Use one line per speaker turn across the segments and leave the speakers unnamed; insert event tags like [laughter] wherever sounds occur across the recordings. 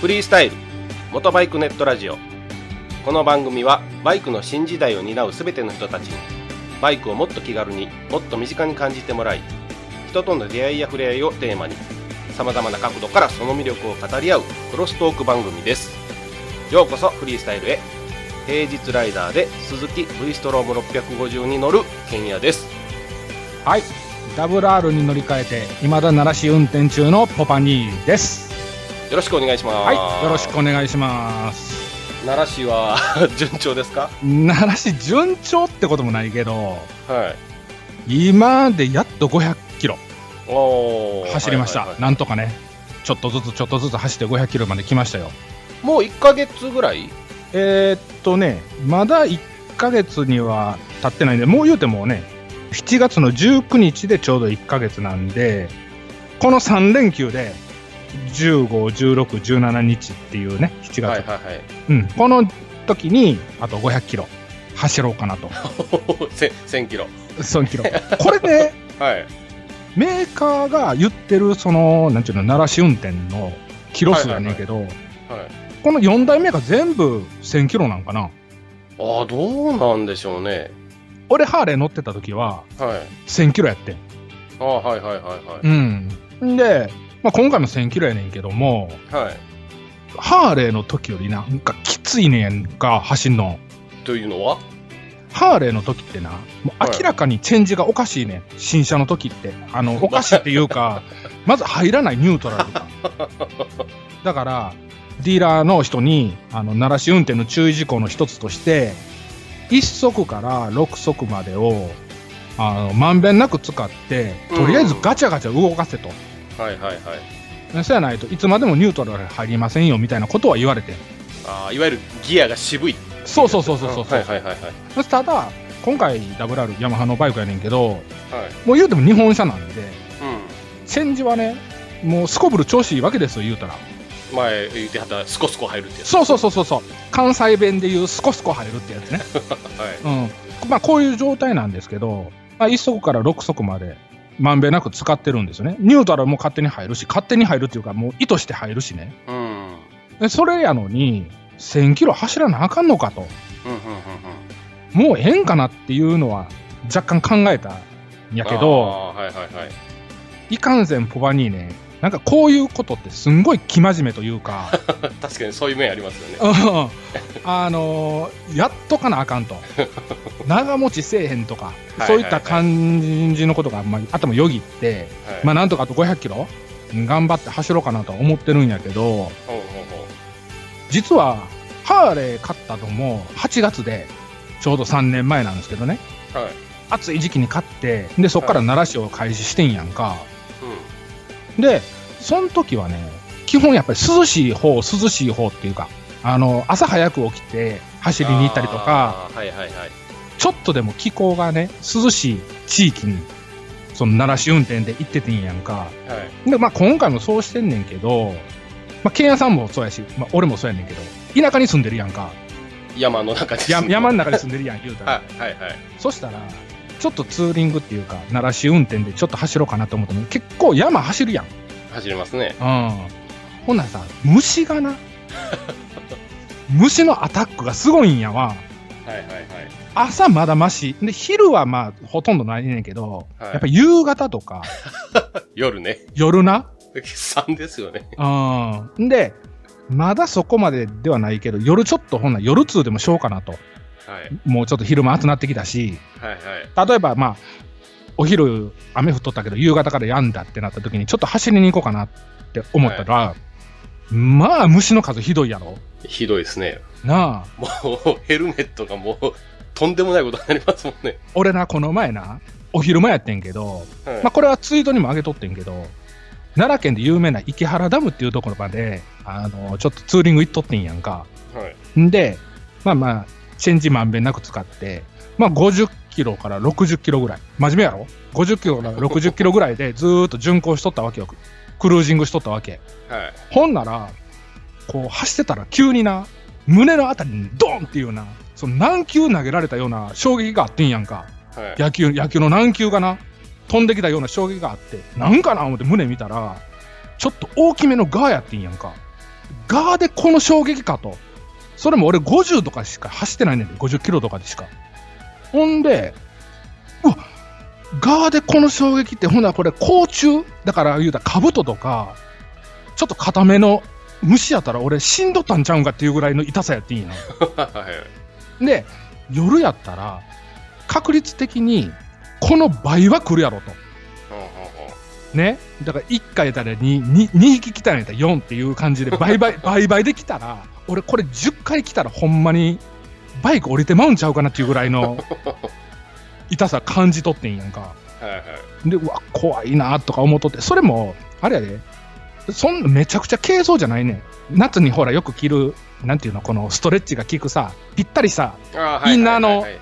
フリースタイル元バイクネットラジオこの番組はバイクの新時代を担うすべての人たちにバイクをもっと気軽にもっと身近に感じてもらい人との出会いや触れ合いをテーマにさまざまな角度からその魅力を語り合うクロストーク番組ですようこそフリースタイルへ平日ライダーで鈴木 V ストローム650に乗る賢也です
はい、WR に乗り換えて、未だ鳴らし運転中のポパニーです。
よろしくお願いします
はい、よろしくお願いします。
奈良市は [laughs] 順調ですか
鳴らし順調ってこともないけど、
はい
今でやっと500キロ
おー
走りました。
はいはいはい
なんとかね、ちょっとずつちょっとずつ走って500キロまで来ましたよ。
もう1ヶ月ぐらい
えー、っとね、まだ1ヶ月には経ってないんで、もう言うてもね、7月の19日でちょうど1ヶ月なんで、この3連休で、15、16、17日っていうね、7月、
はいはいはい
うん、この時に、あと500キロ走ろうかなと、
[laughs] せ1000キロ
1000キロ。これね、
はい
メーカーが言ってる、その、なんちゅうの、鳴らし運転のキロ数やねんけど、
はい
この4台目が全部1000キロなんかな。
ああどうなんでしょうね
俺、ハーレー乗ってた時は、
はい
1000キロやってん。
ああはいはいはいは
うん。で、まあ、今回も1000キロやねんけども、
いはい
ハーレーの時よりな、なんかきついねんか、走んの。
というのは
ハーレーの時ってな、もう明らかにチェンジがおかしいねん。新車の時って。あ [laughs] の、おかしいっていうか、まず入らないニュートラル [laughs] が。だから、ディーラーの人に、あの、鳴らし運転の注意事項の一つとして、1速から6速までを、あの、まんべんなく使って、とりあえずガチャガチャ動かせと。
はいはいはい
そうやないといつまでもニュートラル入りませんよみたいなことは言われて
ああいわゆるギアが渋い
そうそうそうそうそう、
はいはいはいはい
ただ今回 WR ヤマハのバイクやねんけど
はい
もう言うても日本車なんで
う
チェンジはねもうすこぶる調子いいわけですよ言うたら
ん前言ってはったスコスコ入るってやつ
そうそうそうそうそう関西弁で言うスコスコ入るってやつね
はい
うんまあこういう状態なんですけど、まあ、1足から6足までまんべんなく使ってるんですよねニュートラルも勝手に入るし勝手に入るっていうかもう意図して入るしね
うんうん
でそれやのに1000キロ走らなあかんのかと
うんうんうん
もうええんかなっていうのは若干考えたんやけ
あ
ど、
あはいはいはい [laughs]
いかんせんポバニーね、なんかこういうことってすんごい生真面目というか、
[laughs] 確かにそういう面ありますよね
うんあのーやっとかなあ
[laughs]
かんと、長持ちせえへんとか、
はい
そういった感じのことが、まあ、頭よぎって、
はい
まあ、なんとかあと500キロ頑張って走ろうかなと思ってるんやけど、
ほうほうほう
実はハーレー買ったのも8月で、ちょうど3年前なんですけどね。
はい
暑い時期に買ってでそっから奈良市を開始してんやんか、でその時はね基本やっぱり涼しい方涼しい方っていうかあの朝早く起きて走りに行ったりとか
あーはいはいはい
ちょっとでも気候がね涼しい地域にその奈良市運転で行っててんやんか
はい
で、まあ、今回もそうしてんねんけど、まあ、ケンヤさんもそうやし、まあ、俺もそうやねんけど田舎に住んでるやんか
山の中です
や [laughs] 山の中に住んでるやん言うたら
はいはいはい
そしたら、ちょっとツーリングっていうか、鳴らし運転でちょっと走ろうかなと思ったのに、結構山走るやん。うん。
走りますね
ほんならさ、虫がな、 [laughs] 虫のアタックがすごいんやわ。
はいはいはい
朝まだまし。で、昼はまあ、ほとんどないねんけど、
はい
やっぱ夕方とか、
夜ね
夜な。
3ですよね
うん。で、まだそこまでではないけど、夜ちょっとほんなら夜通でもしようかなと。
はい
もうちょっと昼間暑なってきたし、
はいはい
例えばまあお昼雨降っとったけど夕方からやんだってなった時にちょっと走りに行こうかなって思ったら、まあ虫の数ひどいやろ
ひどいですね [laughs]
なあ
もうヘルメットがもうとんでもないことになりますもんね、
俺なこの前なお昼前やってんけど、
はい
まあ、これはツイートにも上げとってんけど奈良県で有名な池原ダムっていうところまであのちょっとツーリング行っとってんやんか
はい
んでまあまあチェンジまんべんなく使ってまあ50キロから60キロぐらい真面目やろ50キロから60キロぐらいでずーっと巡航しとったわけよクルージングしとったわけ
はい
ほんならこう走ってたら急にな胸のあたりにドンっていうなその何球投げられたような衝撃があってんやんか
はい
野球野球の何球がな飛んできたような衝撃があってなんかな思って胸見たらちょっと大きめのガーやってんやんか側でこの衝撃かと。それも俺50とかしか走ってないねんで、50キロとかでしか。ほんで、うわ側でこの衝撃って、ほんならこれ、甲虫だから言うたら、兜とか、ちょっと固めの虫やったら、俺、死んどったんちゃうんかっていうぐらいの痛さやっていいな。
はい
で、夜やったら、確率的に、この倍は来るやろと。
ほうほうほ
ね。だから1回やったら 2, 2, 2匹来たんやったら4っていう
[laughs]
感じで倍々、倍々で来たら、俺これ10回来たらほんまにバイク降りてまうんちゃうかなっていうぐら
[laughs]
いの痛さ感じ取ってんやんか。
うはいはい
で、うわ、怖いなとか思っとって、それも、あれやで、そんなめちゃくちゃ軽装じゃないねん。夏にほらよく着る、なんていうの、このストレッチが効くさ、ぴったりさ、
あーはいはいはい
インナーの
はい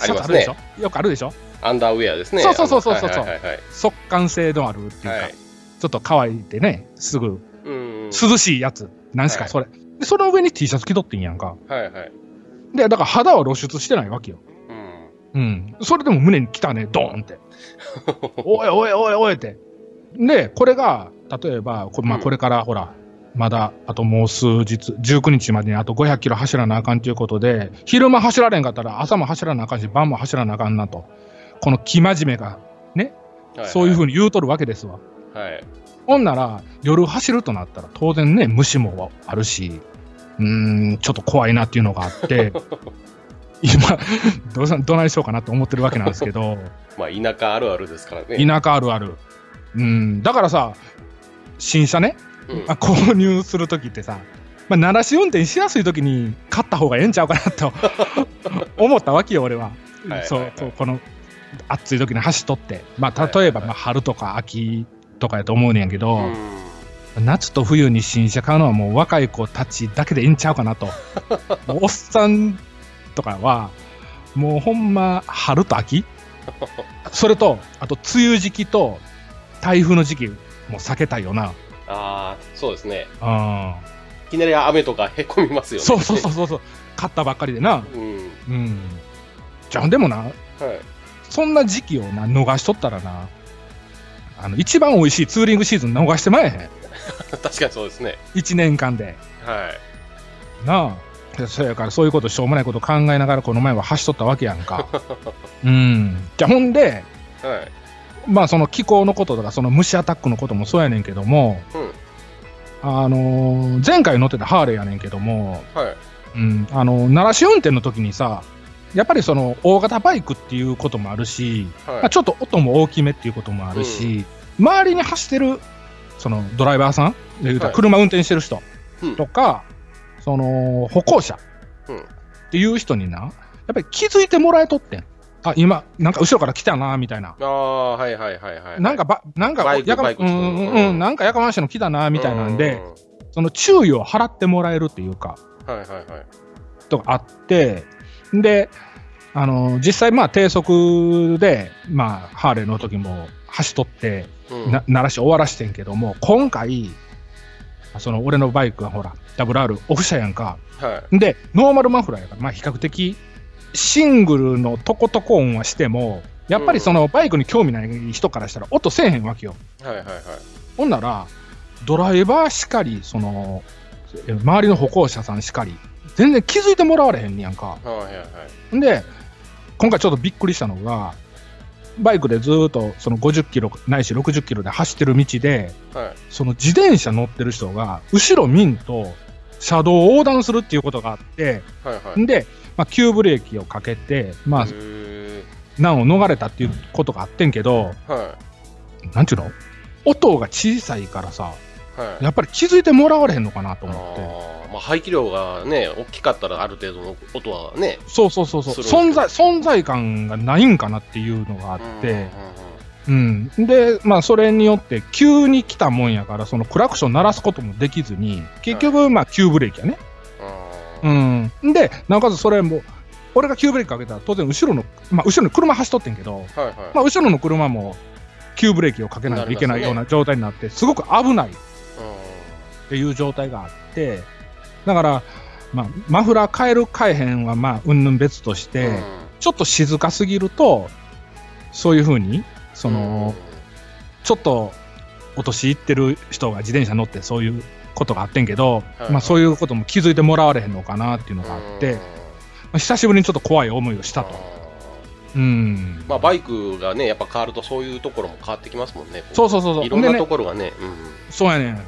あ
シ
りま
ャツあ
す
るで
ね
しょ、よくあるでしょ
アンダーウェアですね
そうそうそうそうそう
はいはいはいはい
速乾性のあるっていうか、
はい
ちょっと乾いてね、すぐ
うんうん
涼しいやつ、なんす
は
か、
い
それ。で、その上に T シャツ着とってんやんか。
はいはい
で、だから肌は露出してないわけよ。
うん
うん。それでも胸に来たね、ドー
[laughs]
ンって。おいおいおいおいって。で、これが、例えば、これ,、まあ、
うん
これからほら、まだあともう数日、19日までにあと500キロ走らなあかんということで、昼間走られんかったら朝も走らなあかんし、晩も走らなあかんなと。この生真面目が、そういうふう
に
に言うとるわけですわ。
はい
ほんなら、夜走るとなったら、当然ね、虫もあるし、うーん、ちょっと怖いなっていうのがあ
[laughs]
って、今、どうさどないしようかなと思ってるわけなんです
[laughs]
けど、
まあ田舎あるあるですからね
田舎あるある。うん、だからさ、新車ね、
うん
まあ、購入するときってさ、まあ、鳴らし運転しやすいときに買った方がええんちゃうかな
[laughs]
と思ったわけよ、俺は。
はいはい
そうそうこの暑い時に走っとって、まあ、例えば、
はいはいはい
まあ、春とか秋とかやと思うねんやけど、
うん
夏と冬に新車買うのはもう若い子たちだけでいいんちゃうかなともうおっさんとかはもうほんま春と秋それとあと梅雨時期と台風の時期も避けたいよな
ああそうですね
う
いきなり雨とかへこみます
ん
よね
そうそうそうそうそう買ったばっかりでな
うん
うんじゃあでもな
はい
そんな時期をな逃しとったらなあの一番美味しいツーリングシーズン逃してまえへん
確かにそうですね
1年間で
はい
なあそやからそういうことしょうもないこと考えながらこの前は走っとったわけやんかうんじゃあほんで
はい
まあその気候のこととかその虫アタックのこともそうやねんけども、あのー前回乗ってたハーレーやねんけども、
はい
うん、あのー鳴らし運転の時にさやっぱりその大型バイクっていうこともあるし、
はい
まあ、ちょっと音も大きめっていうこともあるし、周りに走ってるそのドライバーさん言うたら
はい
車運転してる人
うん
とか、その歩行者
うん
っていう人になやっぱり気づいてもらえとってんあ今なんか後ろから来たなみたいな。
ああはいはいはいはいはい
なんかば、なんか
バイク
やかま、
バ
う
イク来たの
んう
う
んうんん、なんかやかましいの来たなみたいなんで、
う
その注意を払ってもらえるっていうか、
んはいはいはい
とかあって、で、あの実際、まあ低速で、まあ、ハーレーの時も走っとって、
うん
な鳴らし終わらしてんけども、今回、その俺のバイクはほら、WR オフ車やんか。
はい
で、ノーマルマフラーやから、まあ比較的、シングルのトコトコ音はしても、やっぱりそのバイクに興味ない人からしたら音せえへんわけよ。
はいはいはい
ほんなら、ドライバーしかり、その、え周りの歩行者さんしかり、全然気づいてもらわれへんねやんか。
はいはいはい
んで、今回ちょっとびっくりしたのが、バイクでずーっとその50キロないし60キロで走ってる道で、
はい
その自転車乗ってる人が、後ろ見んと、車道を横断するっていうことがあって、
はいはい
んで、まあ、急ブレーキをかけて、まあ
へ、ー
難を逃れたっていうことがあってんけど、
は
なんちゅうの音が小さいからさ、
いはい
やっぱり気づいてもらわれへんのかなと思って。
あーまあ排気量がね大きかったらある程度の音はね
そうそうそうそう
それを
存在存在感がないんかなっていうのがあって、
う
うんでまあ、それによって急に来たもんやからそのクラクション鳴らすこともできずに結局、まあ、急ブレーキやね、
んうんうんうん
うん、でなおかつそれも俺が急ブレーキかけたら当然後ろの、まあ、後ろに車走っとってんけど、
はいはい
まあ、後ろの車も急ブレーキをかけないといけないような状態になってすごく危ないっていう状態があってだから、まあ、マフラー変える変えへんはまあうんぬん別として。
うん
ちょっと静かすぎると、そういうふうに、その、ちょっと、お年いってる人が自転車乗って、そういうことがあってんけど、
はいはい
まあ、そういうことも気づいてもらわれへんのかなっていうのがあって、まあ久しぶりにちょっと怖い思いをした
う
と。
ん
うん
まあ、バイクがねやっぱ変わるとそういうところも変わってきますもんね
そううそうそうそう。
ろん
で
な
ね
ところがねうん
そうやねん。や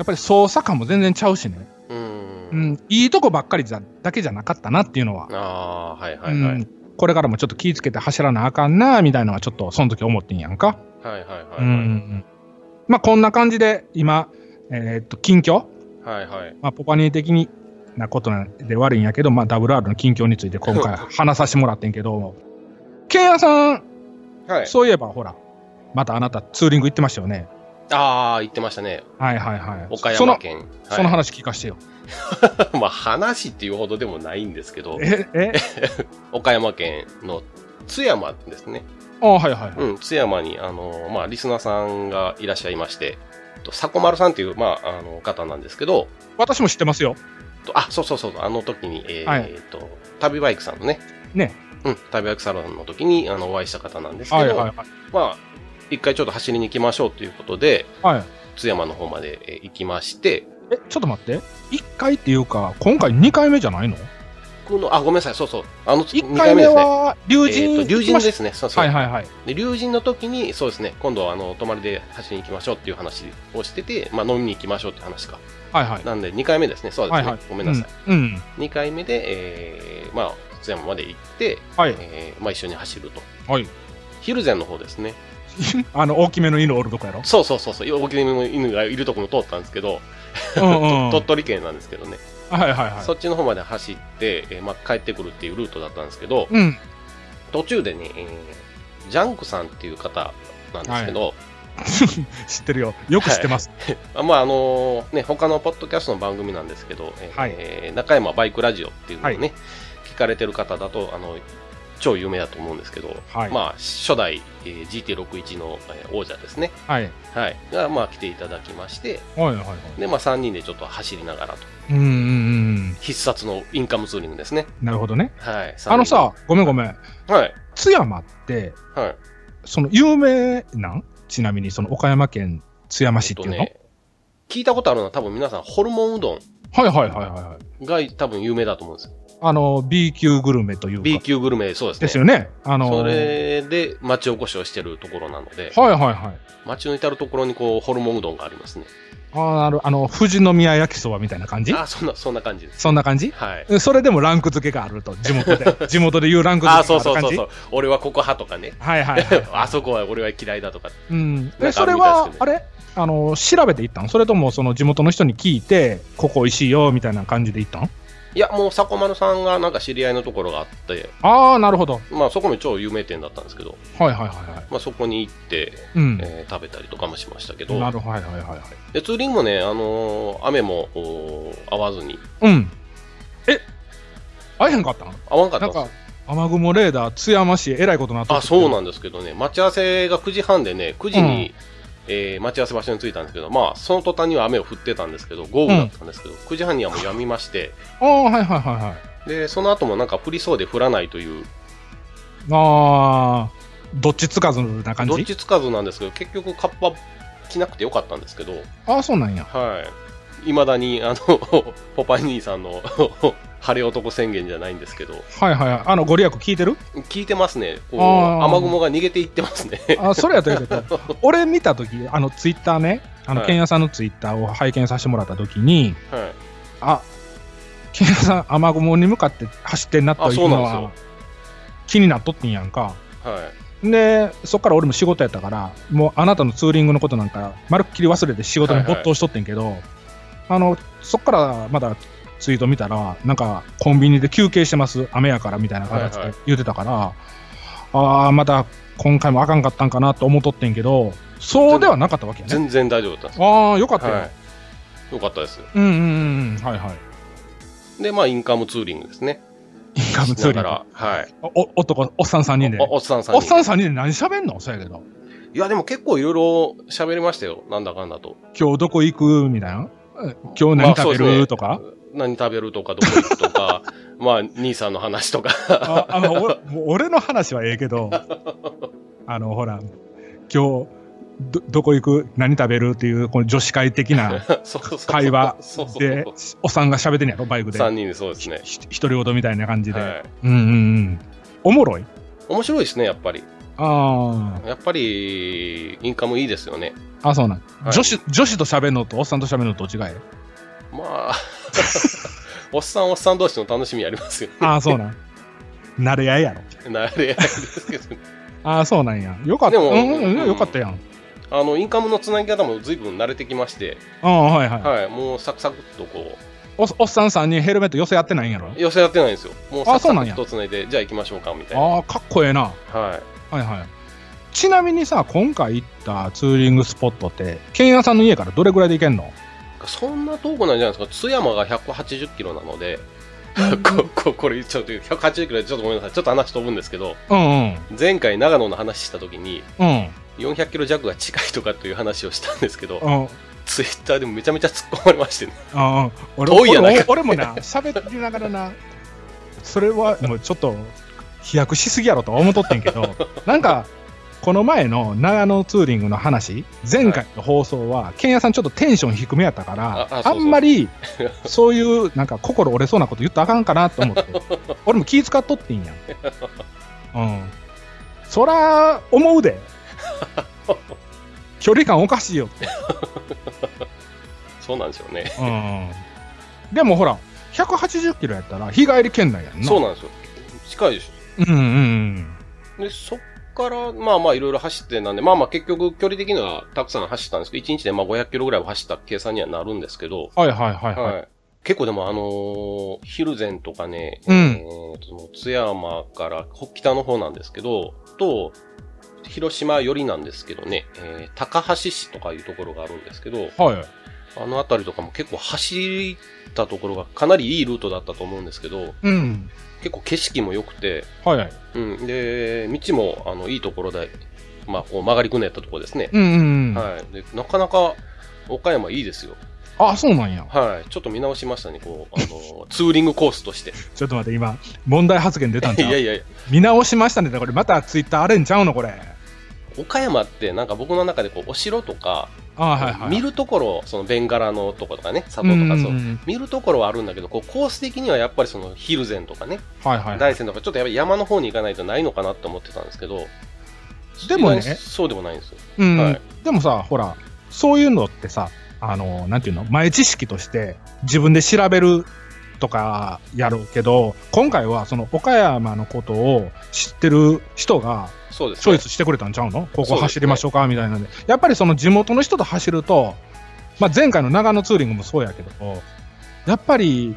っぱり操作感も全然ちゃうしね。
うん、
う、ん、いいとこばっかりじゃだけじゃなかったなっていうのは、
ああーはいはいはい、
うん、これからもちょっと気ぃつけて走らなあかんなみたいなのはちょっとその時思ってんやんか。
はいはいはいはい、
うんまあこんな感じで今、えーっと近況、
はいはい
まあ、ポパニー的になことなんで悪いんやけど、まあ、WR の近況について今
[laughs]
回話させてもらってんけど、ケンヤさん、
はい
そういえばほら、またあなたツーリング行ってましたよね。
ああ言ってましたね
はいはいはい。
岡
そ
山
の
県
そ
は
の
い
話聞かしてよ。
[laughs] まあ話っていうほどでもないんですけど
え、
[laughs]
え、
岡山県の津山ですね
あはいはいはい。
うん、津山に、あの、まあ、リスナーさんがいらっしゃいまして、と迫丸さんという、まあ、あの、方なんですけど、
私も知ってますよ。
とあ、そうそうそう、あの時に、えー
はい
えーと、旅バイクさんのね、
ね。
うん、旅バイクサロンの時に、あの、お会いした方なんですけど、
はいはいはい。
まあ、一回ちょっと走りに行きましょうということで、
はい、
津山の方までえー行きまして、
え、ちょっと待って。1回っていうか、今回2回目じゃないの
この、あ、ごめんなさい、そうそう、あの、
1回目
二ね。
は竜
えー
神
と、竜神ですね。そうそう。
はいはいはい
で竜神の時に、そうですね、今度はあの、泊まりで走りに行きましょうっていう話をしてて、まあ、飲みに行きましょうっていう話か。
はいはい
なんで2回目ですね、そうですね、
はいはい
ごめんなさい、
うん、うん
2回目で、えーまあ、津山まで行って、
はい
えーまあ、一緒に走ると、
はい
ヒルゼンの方ですね、
あの大きめの犬おるとこ
[laughs]
やろ
そうそうそうそう、大きめの犬がいるところ通ったんですけど、
うんうん
鳥取県なんですけどね、
はいはいはい
そっちの方まで走って、えーまあ、帰ってくるっていうルートだったんですけど、
うん [laughs]
途中でね、えージャンクさんっていう方なんですけど、
知ってるよよく知ってます、
あまああのね他のポッドキャストの番組なんですけど、えー
はい
えー中山バイクラジオっていうのをね、
は
聞かれてる方だとあの超有名だと思うんですけど、
はい
まあ初代、えー GT61 の、えー王者ですね、
はい
はい、がまあ来ていただきまして
はいはいはい
でまあ3人でちょっと走りながらと
うんうんうん
必殺のインカムツーリングですね。
なるほどね
はい。
あのさごめんごめん
三人で、はい
津山って
はい。
その有名なんちなみにその岡山県津山市っていうの、
えっとね聞いたことあるのは多分皆さんホルモンうど
はいはいはいはいはい
んが多分有名だと思うんですよ。
あの B 級グルメというか
B 級グルメそうですね。
ですよねあの
それで町おこしをしてるところなので、
はいはいはい
町の至るところにこうホルモンうどんがありますね。
あーなるあの富士宮焼きそばみたいな感じ
あ、そんな、そんな感じです。
そんな感じ
はい。
それでもランク付けがあると、地元
[laughs]
で。地元で言うランク
あ、
付け
そう
がある
そう
感じ。
そうそう。俺はここ派とかね。
はいはい
[laughs]
はい。
あそこは俺は嫌いだとか。
うん、
なん
え
かあ
そ
る
れ
みたいです
は
け、ど
あれあの調べていったんそれともその地元の人に聞いて、ここ美味しいよみたいな感じでいったん
いや、もう、迫丸さんがなんか知り合いのところがあって、
ああ、なるほど。
まあ、そこも超有名店だったんですけど、
はいはいはいはい。
まあ、そこに行って、
うん。
えー食べたりとかもしましたけ
な
ど、
るほど。はいはいはいはい。
でツーリングもね、あのー雨もおー合わずに、
うん。え会えへんかったん
合わんかっ
な
た
ん
んです
か
よ。、
雨雲レーダー、津山市、えらいことなっと
あ、そうんなんですけどね、待ち合わせが9時半でね、9時に、えー待ち合わせ場所に着いたんですけど、まあ、その途端には雨を降ってたんですけど、豪雨だったんですけど、9時半にはもうやみまして、
ああ、はいはいはいはい。
で、その後もなんか降りそうで降らないという、
ああ、どっちつかずな感
どっ
じ
ちつかずなんですけど、結局、カッパ着なくてよかったんですけど、
ああ、そうなんや。
はい。いまだに、あの、 [laughs] ポパイ兄さんの [laughs] 晴れ男宣言じゃないんですけど、
はいはいはい。あの、ご利益聞いてる
聞いてますね。こう
あー
雨雲が逃げていってますね。 [laughs]
あそれやったらいいけど俺見た時あのツイッターねあの、
はい
ケンヤさんのツイッターを拝見させてもらった時に
はい。
あケンヤさん雨雲に向かって走ってんなと
あ
い
そううな
の
んです
は
よ
気になっとってんやんか
はい。
でそっから俺も仕事やったからもうあなたのツーリングのことなんかまるっきり忘れて仕事に没頭しとってんけど、あのそっからまだツイート見たらなんかコンビニで休憩してます雨やからみたいな形
はいは
で
い
言ってたから、ああまた今回もあかんかったんかなと思っとってんけどそうではなかったわけやね
全然大丈夫だったんです
ああよかったよ、
はい。よかったです。
うんうんうんうんはいはい
で、まあ、インカムツーリングですね。
インカムツーリ
だ
ング
から、はい。
お男おっさん3人で
おおっさんさん
おっさん
に。
3人で何喋んのそうやけど
いや、でも結構いろいろ喋りましたよ。なんだかんだと。
今日どこ行くみたいなえ今日何食べ
まあそうですね
るとか、
何食べるとか、どこ行くとか、
[laughs]
まあ、兄さんの話とか。
あ
[laughs]
あのおもう俺の話はええけどあのほら今日ど、どこ行く何食べるっていう、この女子会的な
[laughs] そうそうそう
会話
そうそう
で、おっさんが喋ってんやろ、バイクで。
3人でそうですね、
ひひ独り言みたいな感じで。
はい、
うんうんうん。おもろい
面白いですねやっぱり
あ
やっぱりインカムいいですよね
あ。あ、そうなん。
はい
女子、女子と喋るのとおっさんと喋るのと
[laughs]
違い。
ま
[laughs]
あおっさんおっさん同士の楽しみありますよ
ああ、そうなん。慣れ合いやろ。
なれ合いですけど
ああ、そうなんや。よかっ
で
た。
も
うんうん
う
うんん、よかったやん。
あのインカムのつなぎ方も随分慣れてきまして、
ああ、はいはい。
はい、もうサクサクっとこ
おおっさんさんにヘルメット寄せやってないんやろ。
う寄せ合ってないんですよもうサク
そ
サ
うなん
ク
や
っとつないでじゃあ行きましょうかみたいな
ああ、かっこええな。
はい
はいはい。ちなみにさ、今回行ったツーリングスポットって、ケンヤさんの家からどれぐらいで行けんの
そんな遠くないんじゃないですか津山が180キロなので [laughs] こここれちょっと180キロでちょっとごめんなさいちょっと話飛ぶんですけど
うんうん。
前回長野の話した時に
うん。
400キロ弱が近いとかという話をしたんですけど
うん。
ツイッターでもめちゃめちゃ突っ込まれましてね
ああ、俺
遠いやない
俺
か
も俺もな、喋りながらな、それはもうちょっと飛躍しすぎやろとは思っとってんけ
[laughs]
ど、なんか、この前の長野ツーリングの話、前回の放送は、ケンヤさんちょっとテンション低めやったから、
あ
あ
あそうそうん [laughs]
まりそういうなんか心折れそうなこと言ったらあかんかなと
[laughs]
思って、俺も気遣っとってんやん。うん。そら、思
[laughs]
うで。距離感おかしいよって。
そうなんですよね
うん。でもほら、180キロやったら日帰り圏内やんな。
そうなんですよ近いでし
うんうん
ょ
うん。
でそっからまあまあいろいろ走ってなんでまあまあ結局距離的にはたくさん走ったんですけど1日でまあ500キロぐらいは走った計算にはなるんですけど
はいはいはいはい。
はい。結構でもあのー、ヒルゼンとかね、
うん
えーとその津山から北北の方なんですけど、と、広島寄りなんですけどね、えー高橋市とかいうところがあるんですけど、
はい。
あの辺りとかも結構走ったところがかなりいいルートだったと思うんですけど、
うん。
結構景色も良くて、
はい。
うん、で、道もあのいいところで、まあ、こう曲がりくねったところですね。
うんうん。うん
はい。で、なかなか岡山いいですよ。
あ、そうなんや。
はい。ちょっと見直しましたね、こう、あのー、ツーリングコースとして。
ちょっと待って、今、問題発言出たん
い
じゃん。
やいやいや、
見直しましたね。これ、またツイッターあれんちゃうのこれ。
岡山ってなんか僕の中でこうお城とか、
あはいはい。
見
る
るところ、そのベンガラのとことかね、佐藤とかそう。
ん
見るところはあるんだけど、こうコース的にはやっぱりそのヒルゼンとかね、
はいはい。
大山とか、ちょっとやっぱり山の方に行かないとないのかなって思ってたんですけど、
でもね
意外にそうでもないんですよ。
うん、
はい
でもさ、ほら、そういうのってさ、あの、なんていうの、前知識として自分で調べるとかやるけど、今回はその岡山のことを知ってる人が
そうです
チョ
ね
イ。スしてくれたんちゃうの
そうで
こ
す
こ
ね
走りましょうかみたいなんで。やっぱりその地元の人と走ると、まあ、前回の長野ツーリングもそうやけど、やっぱり、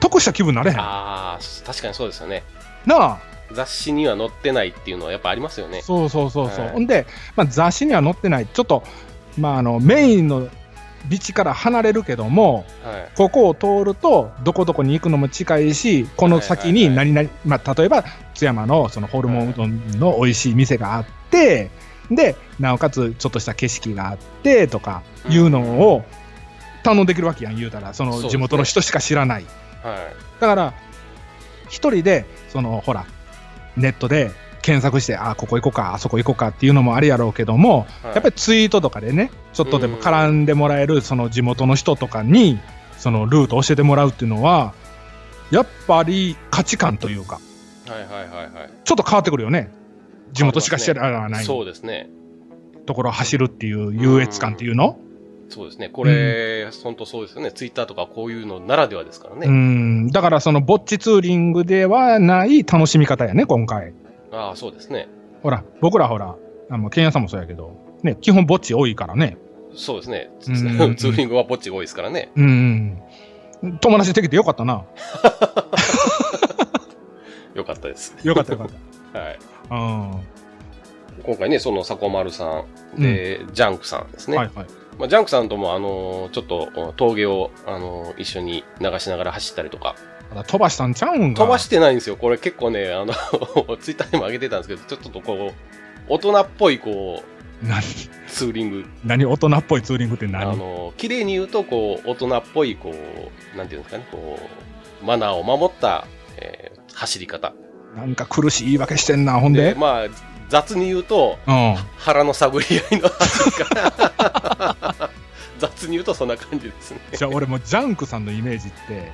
得した気分になれへん。な
ああ、確かにそうですよね。
あ
雑誌には載ってないっていうのはやっぱありますよね。
そうそうそうそう。
はい
ほんで、まあ、雑誌には載ってない、ちょっと、まあ、あの、メインのビチから離れるけども、
はい。
ここを通ると、どこどこに行くのも近いし、この先に
はいは
何々、まあ、例えば津山のそのホルモンうどんの美味しい店があって、で、なおかつちょっとした景色があってとかいうのを堪能できるわけやん、言うたら、
そ
そ
うです
の
ね
地元の人しか知らない。
はい。
だから、一人で、そのほら、ネットで検索して、あ、ここ行こうか、あそこ行こうかっていうのもあるやろうけども、
はい、
やっぱりツイートとかでね、ちょっとでも絡んでもらえる、その地元の人とかに、そのルートを教えてもらうっていうのは、やっぱり価値観というか、
はいはいはいはい。
ちょっと変わってくるよね。地元しか知らない
そう
と
ですね。
ころを走るっていう優越感っていうの
そうですね。これ、本当そうですよね。ツイッターとかこういうのならではですからね。
うん、だからそのぼっちツーリングではない楽しみ方やね、今回。
ああ、そうですね。
ほら、僕らほら、あの、ケンヤさんもそうやけど、ね、基本ぼっち多いからね。
そうですね。 [laughs] ツ
うん
ーリングはぼっちが多いですからね。
うん、友達できてよかったな。
よかったです。
よかったよかっ
[laughs] はい。
た。うん。は
今回ね、その、さこまるさん、で、ジャンクさんです
い
ね。
はい。
まあ、ジャンクさんとも、あのーちょっと、お峠を、あのー一緒に流しながら走ったりとか。
ただ飛ばしたんちゃうんか
飛ばしてないんですよ。これ結構ね、あの、 [laughs] ツイッターにも上げてたんですけど、ちょっとこう、大人っぽい、こう、
何
ツーリング。
何大人っぽいツーリングって
あ
何
のー綺麗に言うと、こう、大人っぽい、こう、なんていうんですかね、こう、マナーを守った、えー走り方。
なんか苦しい言い訳してんなほんで
まあ雑に言うと
うん。
腹の探り合いの話
[laughs]
が雑に言うとそんな感じですね
じゃあ俺もうジャンクさんのイメージって、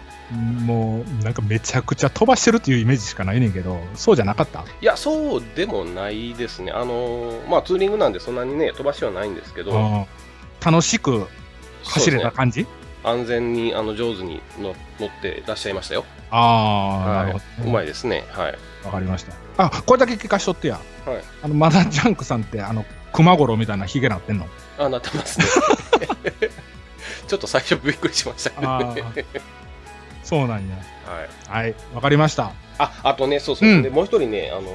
もうなんかめちゃくちゃ飛ばしてるっていうイメージしかないねんけど、そうじゃなかった
いやそうでもないですねあのーまあツーリングなんでそんなにね飛ばしはないんですけど
うん楽しく走れ
そうですね
た感じ、
安全にあの上手にの乗ってらっしゃいましたよ
ああ、
は
ないるほど
う
ね、
まいですねはい
わかりました。あ、これだけ聞かしとってや。
はい
あのまだジャンクさんって、あの、熊五郎みたいなヒゲなってんの
あなってますね
[laughs]
ちょっと最初びっくりしましたけど
あ
ね
ー [laughs] そうなんや。
はい
はい、わかりました。
ああとねそうそう、
うん
でもう一人ねあのー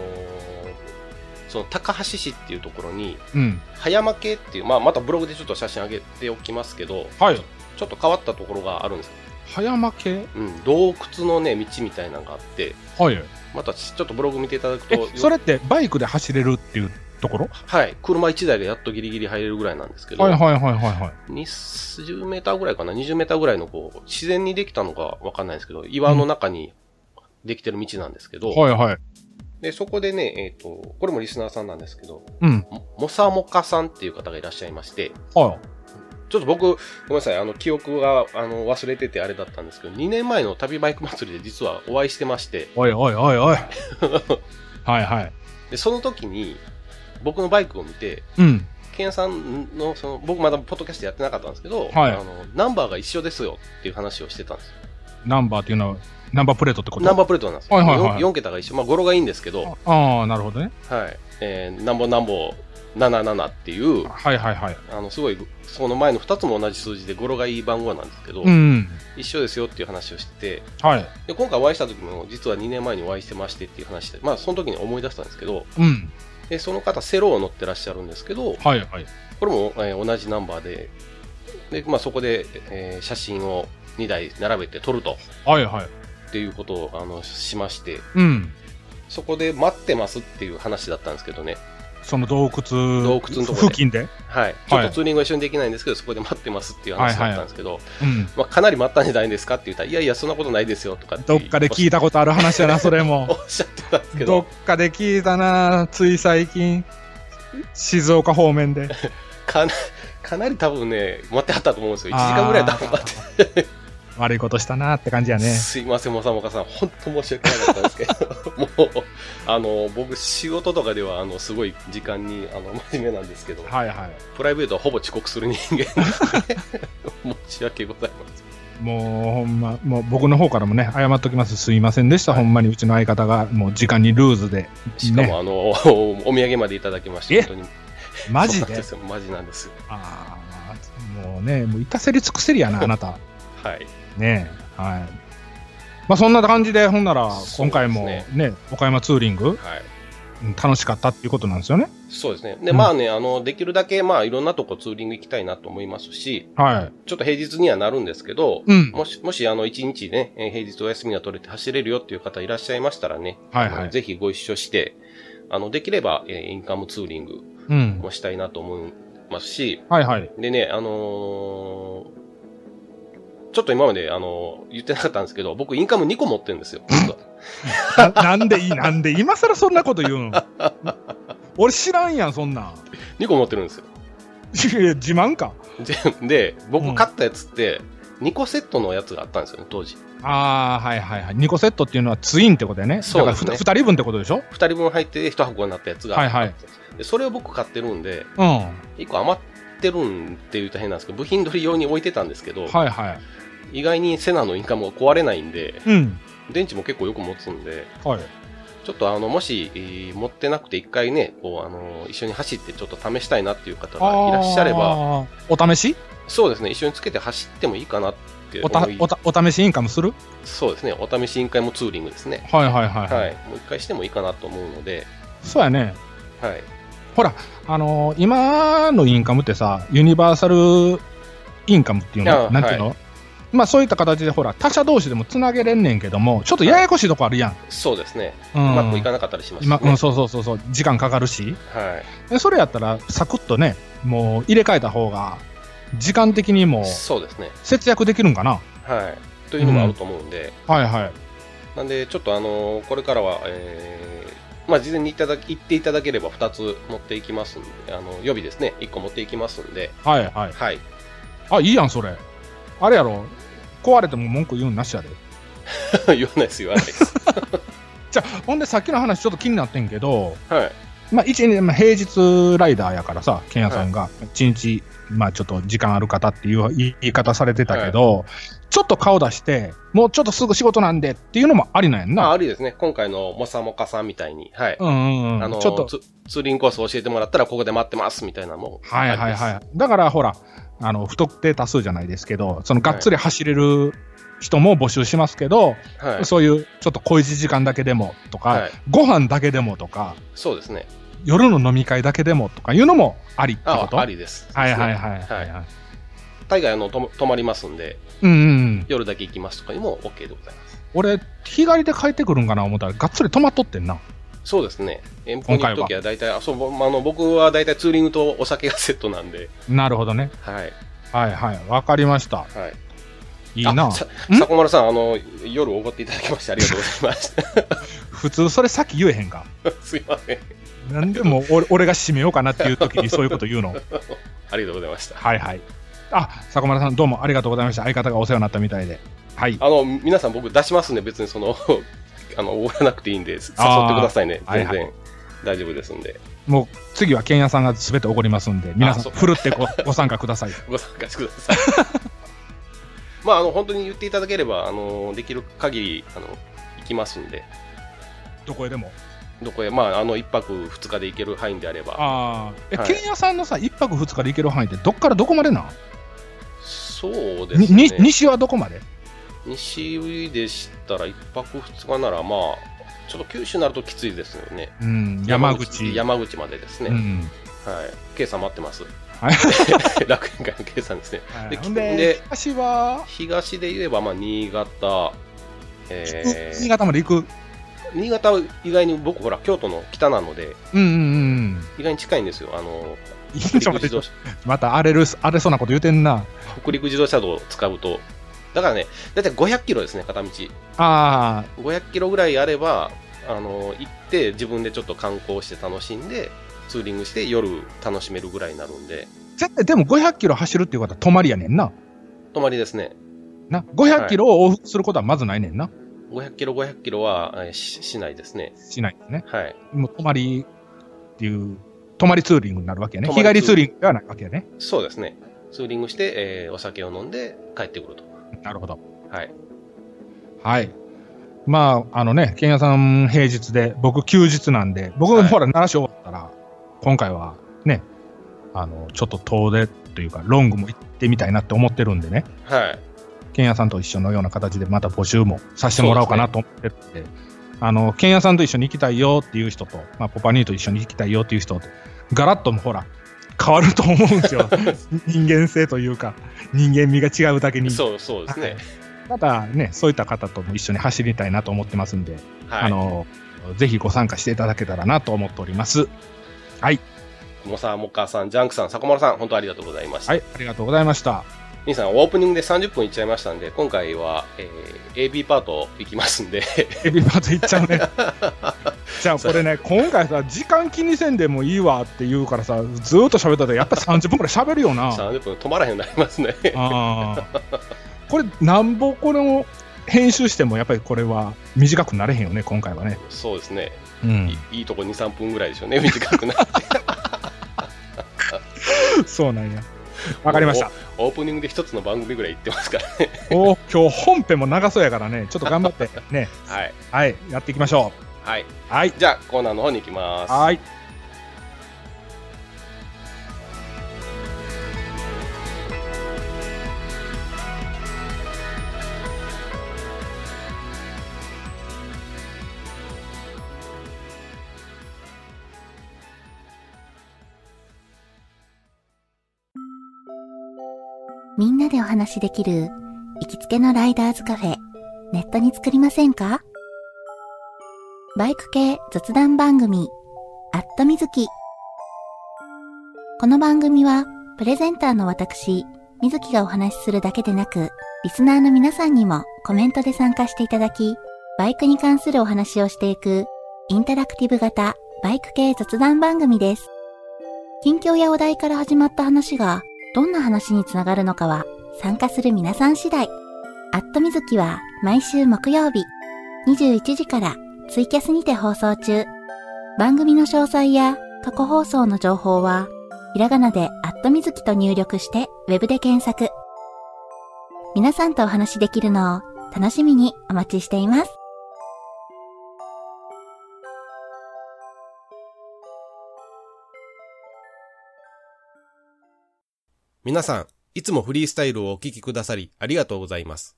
その高橋市っていうところに
うん。
早負けっていう、まあ、またブログでちょっと写真上げておきますけど、
はい。
ちょっと変わったところがあるんですよ、
早負け
うん、洞窟のね道みたいなのがあって
はい。
またちちょっとブログ見ていただく
え
と、
それってバイクで走れるっていうところ
はい車1台でやっとギリギリ入れるぐらいなんですけど、
はいはいはいはいはい。
20メーターぐらいかな20メーターぐらいのこう自然にできたのかわかんないですけど岩の中にできてる道なんですけど、
はいはい。
でそこでね、えっとこれもリスナーさんなんですけど
うん。
もモサモカさんっていう方がいらっしゃいまして
は
ちょっと僕、ごめんなさい、あの、記憶が、あの、忘れててあれだったんですけど、2年前の旅バイク祭りで実はお会いしてまして、
い。おいおいお
[laughs]
いおい。はいはい。
で、その時に、僕のバイクを見て、
うん。
ケンさんの、その、僕まだポッドキャストやってなかったんですけど、
はい
あの、ナンバーが一緒ですよっていう話をしてたんですよ。
ナンバーっていうのは、ナンバープレートってこと
ナンバープレートなんですよ。
はいはいはい
4, 桁が一緒。まあ、語呂がいいんですけど、はい。
ああ、なるほどね。
えー、なんぼなんぼ77っていう、
はいはいはい。
あの、すごい、その前の2つも同じ数字で語呂がいい番号なんですけど、
うん。
一緒ですよっていう話をしてて、
はい。
で今回お会いした時も実は2年前にお会いしてましてっていう話で、まあ、その時に思い出したんですけど
うん。
でその方セロを乗ってらっしゃるんですけど
はいはい。
これも、えー同じナンバーでで、まあ、そこで、えー写真を2台並べて撮ると
はいはい。
っていうことをあのしまして
うん。
そこで待ってますっていう話だったんですけどね、
その洞窟
洞窟のとこで
付近で。
はい、ちょっとツーリングは一緒にできないんですけどそこで待ってますっていう話だったんですけど、
うん。
まあ、かなり待ったんじゃないですかって言ったらいやいやそんなことないですよとか
どっかで聞い
た
たことある話や
[laughs]
な、それも
お。っしゃってたんですけ
ど
ど
っかで聞いたな、つい最近。静岡方
[laughs]
面で。
かなかなり多分ね待ってはったと思うんですよ1時間ぐらい多分待って
悪いことしたなって感じやね。
すいません、もさもかさん、本当申し訳なかったんですけど、もう、あの、僕、仕事とかでは、あの、すごい時間に、あの、真面目なんですけど、
はいはい。
プライベートはほぼ遅刻する人間なん
[laughs]
で、申し訳ございません。
もうほんま、もう僕の方からもね、謝っときます。すいませんでした。ほんまにうちの相方がもう時間にルーズで。
しかも、
ね
あの、おお土産までいただきまして、
え
本当に。
マジ
そうなん
で
ですよ、マジなんですよ。
ああ、もうね、もういたせり尽くせりやな、あなた。
はい。
ねえはい。まあそんな感じで、ほんなら
そうですね
今回もね、岡山ツーリング、
はい。
うん楽しかったっていうことなんですよね。
そうですね。で、
うん
まあね、あの、できるだけ、まあ、いろんなとこツーリング行きたいなと思いますし、
はい。
ちょっと平日にはなるんですけど、
うん。
もし、もし、あの、一日ね、えー平日お休みが取れて走れるよっていう方いらっしゃいましたらね、
はいはい。
ぜひご一緒して、あの、できれば、えーインカムツーリング
うん。
もしたいなと思いますし、
はいはい。
でね、あのーちょっと今まで、あのー言ってなかったんですけど、僕、インカム2個持ってるん
[laughs]
ですよ。実は
な [laughs] なんでいい、なんで今更そんなこと言うん。 [laughs] 俺知らんやん、そんなん。
2個持ってるんですよ。 [laughs]
いや自慢か。
で、で
う
僕
ん
買ったやつって、2個セットのやつがあったんですよね、当時。
ああ、はいはいはい。2個セットっていうのはツインってことやね。
そうですね
だから2人分ってことでしょ
2人分入って1箱になったやつがあったんですよでそれを僕買ってるんで、
うん。は
1個余ってるんって言うと変なんですけど、部品取り用に置いてたんですけど、
いはい。
意外にセナのインカムが壊れないんで、
うん。
電池も結構よく持つんで、
はい。
ちょっとあの、もし、えー持ってなくて一回ね、こう、あの、一緒に走ってちょっと試したいなっていう方がいらっしゃれば、
ば。お試し
そうですね、一緒につけて走ってもいいかなって
おた
思い
お、たお試しインカムする
そうですね、お試し委員会もツーリングですね。
はいはいはい。
はい。もう一回してもいいかなと思うので、
そうやね。
はい。
あのー今のインカムってさ、ユニバーサルインカムっていう
あ
の
ー
なんていうの、まあそういった形でほら、他社同士でもつなげれんねんけども、ちょっとややこしいとこあるやん。
そうですね、
うん
うまくいかなかったりします
今
ね。
うん、そうそうそうそう、時間かかるし。
は
えそれやったら、サクッとね、もう入れ替えた方が、時間的にも
い。そうですね。
節約できるんかな。
はい。というのもあると思うんで、
はいはい。
なんで、ちょっとあの、これからは、えーまあ、事前にいただき言っていただければ2つ持っていきますんで、あの予備ですね、1個持っていきますんで、
はいはい。
はい、 [laughs]
あ、いいやん、それ。あれやろ。壊れても文句言うんなしやで。
言わないです、言わない
[laughs]
です。
じゃあ、ほんでさっきの話ちょっと気になってんけど、
はい、
まあ、一日、まあ、平日ライダーやからさ、ケンヤさんが、一日、まあ、ちょっと時間ある方っていう言い方されてたけど、ちょっと顔出して、もうちょっとすぐ仕事なんでっていうのもありなんやん
まあ、
な。
ありですね、今回のモサモカさんみたいに、はい、
うんうんうん。
あの
ちょっと、
ツツーリングコース教えてもらったら、ここで待ってますみたいなのも、
はいはい
あり
はい。だから、ほら、あの、不特定多数じゃないですけど、その、がっつり走れる人も募集しますけど、
はい、
そういう、ちょっと小一時間だけでもとか、
はい、
ご飯だけでもとか、
そうですね、
夜の飲み会だけでもとかいうのもありってこ
あ
と
ありです。
はいはい
い。
はいはい
は
はい。
大概あのとも泊まりますんで、
うんうんうん。
夜だけ行きますとかにも OK でございます。
俺、日帰りで帰ってくるんかな思ったら、がっつり止まっとってんな。
そうですね、遠方に行くときは大体、あそうまああの僕は大体ツーリングとお酒がセットなんで、
なるほどね。
はい、
はいはい。わかりました。
はい。
いいな
あ。さ
ん
さこまるさん、あの、夜おごっていただきましてありがとうございま
[laughs]
した。
普通、それさっき言えへんか。
すいません。
なんでも俺俺が締めようかなっていう時にそういうこと言うの。
ありがとうございました。
はいはい。あ、坂村さん、どうもありがとうございました。相方がお世話になったみたいで。はい。
あの、皆さん僕出しますんで、別にその、 [laughs] あの、おごらなくていいんで、誘ってく
あー
ださいね。
はい
全
はい
然大丈夫ですんで、
もう次は、けんやさんが全ておごりますんで、皆
あ
さ
そ
ん、
う
ふるってご [laughs] ご参加ください。
ご参加してください。 [laughs] まあ、あの、本当に言っていただければ、あの、できる限り、あの、行きますんで、
どこへでも。
どこへ、まあ、あの、一泊二日で行ける範囲であれば、
ああ。え、
はい
けんやさんのさ、1泊2日で行ける範囲って、どっからどこまでなん、
そうで
に
すね。
に西はどこまで
西でしたら一泊二日ならまあちょっと九州になるときついですよね
うん、山口。
山口までですね、
うん。
はい圭さん待ってます
はい
[laughs] 楽園会の圭さんですね
はい
で
ほんで
で
東は、
東で言えばまあ新潟えー
新潟まで行く。
新潟は意外に僕ほら京都の北なので
うんうんうん。
意外に近いんですよあの
いい
北
[laughs] ちょ
陸
っと
自
待っ
動
て
車
また荒れる、荒れそうなこと言うてんな。
北陸自動車道を使うとだからねだいたい500キロですね片道
ああ、
500キロぐらいあればあの行って自分でちょっと観光して楽しんでツーリングして夜楽しめるぐらいになるんで
絶対でも500キロ走るっていうことは泊まりやねんな。
泊まりですね
な、500キロを往復することはまずないねんな。
500キロ500キロはえーししないですね
しないですね。
はい
もう泊まりっていう、泊まりツーリングになるわけやね。
泊
日
まり
帰り
ツ
ツ
ー
ー
リ
リングではないわけやね。
そうですねツーリングして、えーお酒を飲んで帰ってくると
なるほど。
はい
はい。まあ、あのね、ケンヤさん平日で、僕休日なんで、僕、
はい
ほら、奈良市終わったら、今回はね、あの、ちょっと遠出というか、ロングも行ってみたいなって思ってるんでね、
はい
ケンヤさんと一緒のような形でまた募集もさせてもらおうかなと思ってるんで、あの、ケンヤさんと一緒に行きたいよっていう人と、まあ、ポパニーと一緒に行きたいよっていう人と、ガラッともほら、変わると思うんで
[laughs]
すよ。人間性というか、人間味が違うだけに。
そうそうですね
ただね、そういった方とも一緒に走りたいなと思ってますんで、
はい
あの、ぜひご参加していただけたらなと思っております。
モサモカさんジャンクさん坂丸さん本当ありがとうございました、
はい、ありがとうございま [laughs] した。
兄さんオープニングで30分いっちゃいましたんで今回は、えー AB パートいきますんで
エビパートいっちゃ [laughs] うね。じゃあこれね、今回さ、時間気にせんでもいいわって言うからさ、ずーっと喋ったら、やっぱ30分くらい喋るよ
[laughs]
な。あ
30分止まらへんようになりますね [laughs]
あーこれ、なんぼこれも編集しても、やっぱりこれは短くなれへんよね、今回はね。
そうですね
うん、
いいいとこ23分ぐらいでしょうね [laughs] 短くな
そうなんや。わかりました。
オープニングで一つの番組ぐらい行ってますからね
お今日本編も長そうやからね、ちょっと頑張ってね、
はい、
はい、やっていきましょ
はい、
う。はい。
じゃあコーナーの方に行きます
はい。
みんなでお話しできる行きつけのライダーズカフェネットに作りませんかバイク系雑談番組アットみずきこの番組はプレゼンターの私みずきがお話しするだけでなくリスナーの皆さんにもコメントで参加していただきバイクに関するお話をしていくインタラクティブ型バイク系雑談番組です。近況やお題から始まった話がどんな話につながるのかは参加する皆さん次第。アットみずきは毎週木曜日21時からツイキャスにて放送中。番組の詳細や過去放送の情報はひらがなでアットみずきと入力してウェブで検索。皆さんとお話しできるのを楽しみにお待ちしています。
皆さん、いつもフリースタイルをお聞きくださりありがとうございます。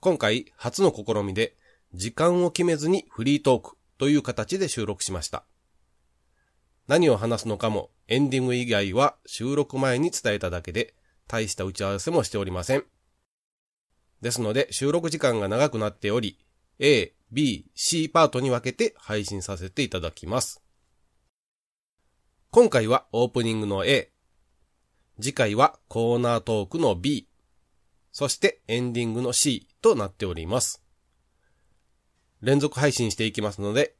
今回、初の試みで、時間を決めずにフリートークという形で収録しました。何を話すのかも、エンディング以外は収録前に伝えただけで、大した打ち合わせもしておりません。ですので、収録時間が長くなっており、A、B、C パートに分けて配信させていただきます。今回はオープニングの A、次回はコーナートークの B、そしてエンディングの C となっております。連続配信していきますので、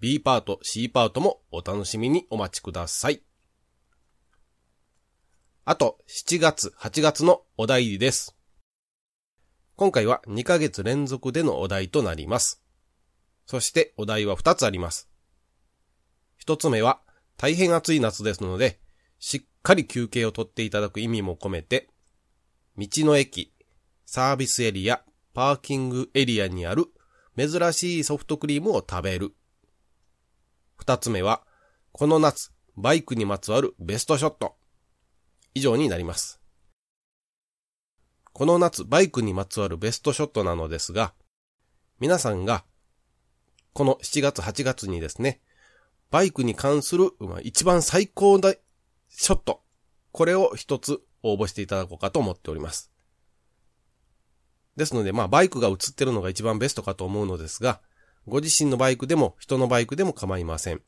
B パート、C パートもお楽しみにお待ちください。あと、7月、8月のお題です。今回は2ヶ月連続でのお題となります。そしてお題は2つあります。1つ目は、大変暑い夏ですので、しっかり休憩をとっていただく意味も込めて、道の駅、サービスエリア、パーキングエリアにある珍しいソフトクリームを食べる。二つ目は、この夏、バイクにまつわるベストショット。以上になります。この夏、バイクにまつわるベストショットなのですが、皆さんが、この7月8月にですね、バイクに関するまあ一番最高だショット。これを一つ応募していただこうかと思っております。ですので、まあ、バイクが映ってるのが一番ベストかと思うのですが、ご自身のバイクでも、人のバイクでも構いません。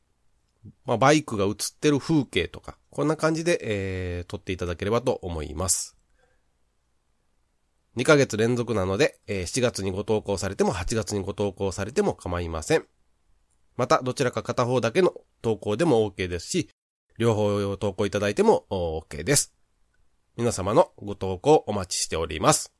まあ、バイクが映ってる風景とか、こんな感じで、えー、撮っていただければと思います。2ヶ月連続なので、えー7月にご投稿されても8月にご投稿されても構いません。また、どちらか片方だけの投稿でも OK ですし、両方投稿いただいてもお OK です。皆様のご投稿お待ちしております。